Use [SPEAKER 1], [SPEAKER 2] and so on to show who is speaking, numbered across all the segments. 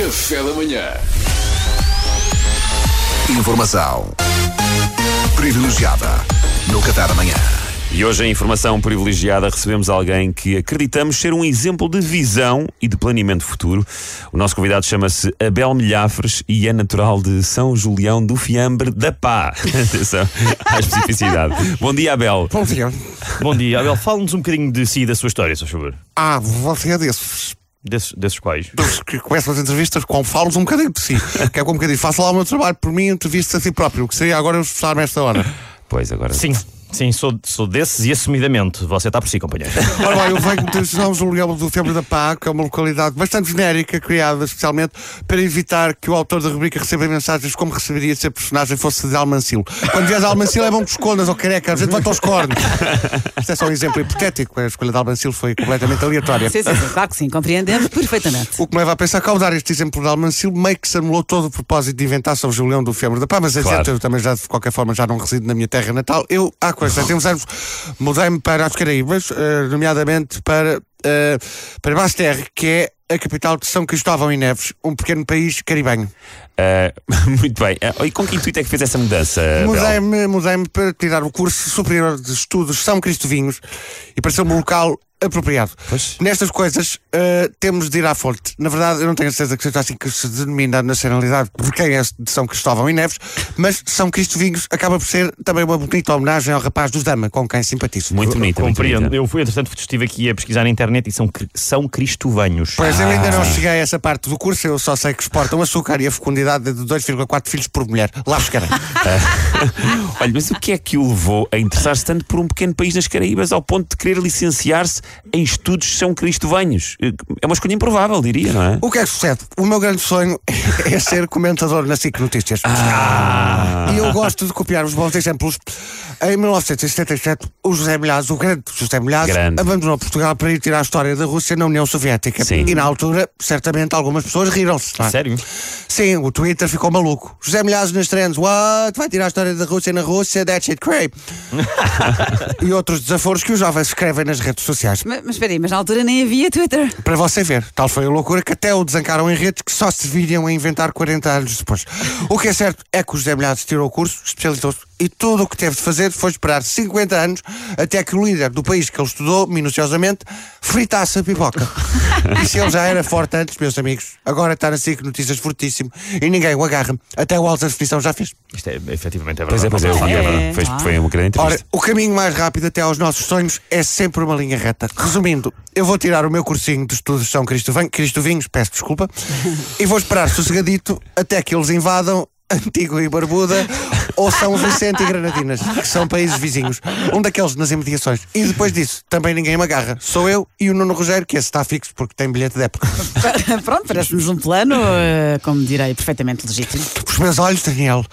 [SPEAKER 1] Café da manhã.
[SPEAKER 2] Informação privilegiada no Qatar amanhã.
[SPEAKER 3] E hoje em Informação Privilegiada recebemos alguém que acreditamos ser um exemplo de visão e de planeamento futuro. O nosso convidado chama-se Abel Milhafres e é natural de São Julião do Fiambre da Pá. Atenção à especificidade. Bom dia, Abel.
[SPEAKER 4] Bom dia.
[SPEAKER 5] Bom dia, Abel. Fala-nos um bocadinho de si e da sua história, se faz favor.
[SPEAKER 4] Ah, você é desses,
[SPEAKER 5] Desses, desses quais?
[SPEAKER 4] dos que começam as entrevistas com falos um bocadinho de si. Que é com um bocadinho, faça lá o meu trabalho por mim, entrevista a si próprio, o que seria agora eu estar nesta hora.
[SPEAKER 3] Pois, agora.
[SPEAKER 5] Sim, sim, sou, sou desses e assumidamente. Você está por si, companheiro.
[SPEAKER 4] Ora bem, eu venho de São Julião um do Febre da Pá, que é uma localidade bastante genérica, criada especialmente para evitar que o autor da rubrica receba mensagens como receberia se a personagem fosse de Almancil. Quando vies a Almancil é bom que escondas, ou careca, a gente vai aos cornos. Isto é só um exemplo hipotético, a escolha de Almancil foi completamente aleatória.
[SPEAKER 6] Sim, sim, sim, claro que sim, compreendemos perfeitamente.
[SPEAKER 4] O que me leva a pensar que ao dar este exemplo de Almancil, meio que se anulou todo o propósito de inventar São Julião do Fiambre da Pá, mas
[SPEAKER 3] Claro.
[SPEAKER 4] adiante, eu também já, de qualquer forma, já não resido na minha terra natal. Eu, há coisa, há uns anos, mudei-me para as Caraíbas, eh, nomeadamente para, eh, para Basterre, que é a capital de São Cristóvão e Neves, um pequeno país caribenho.
[SPEAKER 3] Ah, muito bem. Ah, e com que intuito é que fez essa mudança,
[SPEAKER 5] é-
[SPEAKER 3] Abel?
[SPEAKER 4] Mudei-me mudei para tirar o curso superior de estudos São Cristovinhos e pareceu-me um local apropriado.
[SPEAKER 3] Pois.
[SPEAKER 4] Nestas coisas eh, temos de ir à fonte. Na verdade, eu não tenho certeza que seja assim que se denomina a nacionalidade por quem é de São Cristóvão e Neves, mas São Cristovinhos acaba por ser também uma bonita homenagem ao rapaz dos Dama, com quem simpatizo.
[SPEAKER 3] Muito bonita, muito
[SPEAKER 5] Compreendo.
[SPEAKER 3] bonita.
[SPEAKER 5] Eu fui, entretanto, estive aqui a pesquisar na internet e são, cri- são cristuvanhos.
[SPEAKER 4] Pois é. eu
[SPEAKER 3] Ah.
[SPEAKER 4] ainda não cheguei a essa parte do curso, eu só sei que exportam açúcar e a fecundidade é de 2,4 filhos por mulher. Lá chegarei.
[SPEAKER 3] Olha, mas o que é que o levou a interessar-se tanto por um pequeno país nas Caraíbas ao ponto de querer licenciar-se em estudos São Cristovanhos? É uma escolha improvável, diria, não é?
[SPEAKER 4] O que é que sucede? O meu grande sonho é ser comentador na SIC Notícias.
[SPEAKER 3] Ah.
[SPEAKER 4] E eu gosto de copiar os bons exemplos. Em 1977, o José Milhazes, o grande José Milhazes,
[SPEAKER 3] Grande.
[SPEAKER 4] abandonou Portugal para ir tirar a história da Rússia na União Soviética.
[SPEAKER 3] Sim.
[SPEAKER 4] E na altura, certamente, algumas pessoas riram-se. não é?
[SPEAKER 5] Sério?
[SPEAKER 4] Sim, o Twitter ficou maluco. José Milhazes nas trends. What? Vai tirar a história da Rússia na Rússia? That shit crap. e outros desaforos que os jovens escrevem nas redes sociais.
[SPEAKER 6] Mas, mas espera aí, mas na altura nem havia Twitter.
[SPEAKER 4] Para você ver, tal foi a loucura que até o desancaram em redes que só se viriam a inventar 40 anos depois. O que é certo é que o José Milhazes tirou o curso, especializou-se e tudo o que teve de fazer foi esperar 50 anos até que o líder do país que ele estudou, minuciosamente, fritasse a pipoca. e se ele já era forte antes, meus amigos, agora está na SIC Notícias fortíssimo e ninguém o agarra. Até o Alto da Definição já fez.
[SPEAKER 5] Isto é, efetivamente, é
[SPEAKER 3] Pois
[SPEAKER 5] verdade.
[SPEAKER 3] é, pois é,
[SPEAKER 6] É.
[SPEAKER 3] é. Foi, foi uma grande
[SPEAKER 4] Ora,
[SPEAKER 3] entrevista.
[SPEAKER 4] o caminho mais rápido até aos nossos sonhos é sempre uma linha reta. Resumindo, eu vou tirar o meu cursinho de estudos de São Cristovin- Cristovinhos, peço desculpa, e vou esperar sossegadito até que eles invadam Antígua e Barbuda ou São Vicente e Granadinas, que são países vizinhos. Um daqueles nas imediações. E depois disso, também ninguém me agarra. Sou eu e o Nuno Rogério, que esse está fixo porque tem bilhete de época.
[SPEAKER 6] Pronto, parece-nos um plano, eh, como direi, perfeitamente legítimo.
[SPEAKER 4] Os meus olhos, Daniel,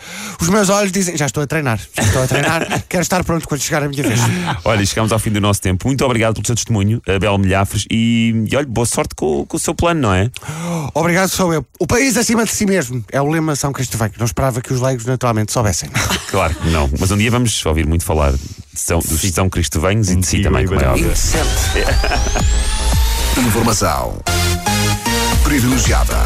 [SPEAKER 4] os meus olhos dizem: já estou a treinar, já estou a treinar, quero estar pronto quando chegar a minha vez.
[SPEAKER 3] Olha, chegamos ao fim do nosso tempo. Muito obrigado pelo seu testemunho, Abel Milhafres, e, e olha, boa sorte com, o- com o seu plano, não é?
[SPEAKER 4] Obrigado, sou eu. O país acima de si mesmo. É o lema São Cristóvão. Não esperava que os leigos naturalmente soubessem.
[SPEAKER 3] Claro que não. Mas um dia vamos ouvir muito falar de São, dos São Cristovenhos e de si
[SPEAKER 5] Antigo
[SPEAKER 3] também,
[SPEAKER 5] e
[SPEAKER 3] como é
[SPEAKER 5] barato.
[SPEAKER 3] óbvio.
[SPEAKER 2] Informação privilegiada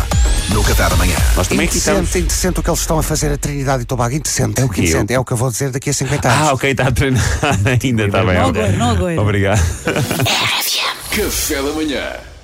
[SPEAKER 2] no Qatar amanhã.
[SPEAKER 3] Nós também aqui é estamos.
[SPEAKER 4] Indecente, indecente o que eles estão a fazer a Trinidade e Tobago. Indecente. É o que indecente. É o que eu vou dizer daqui a 50 anos.
[SPEAKER 3] Ah, ok, está a treinar ainda, está bem.
[SPEAKER 6] Não aguento, não aguento.
[SPEAKER 3] Obrigado.
[SPEAKER 1] Café da manhã.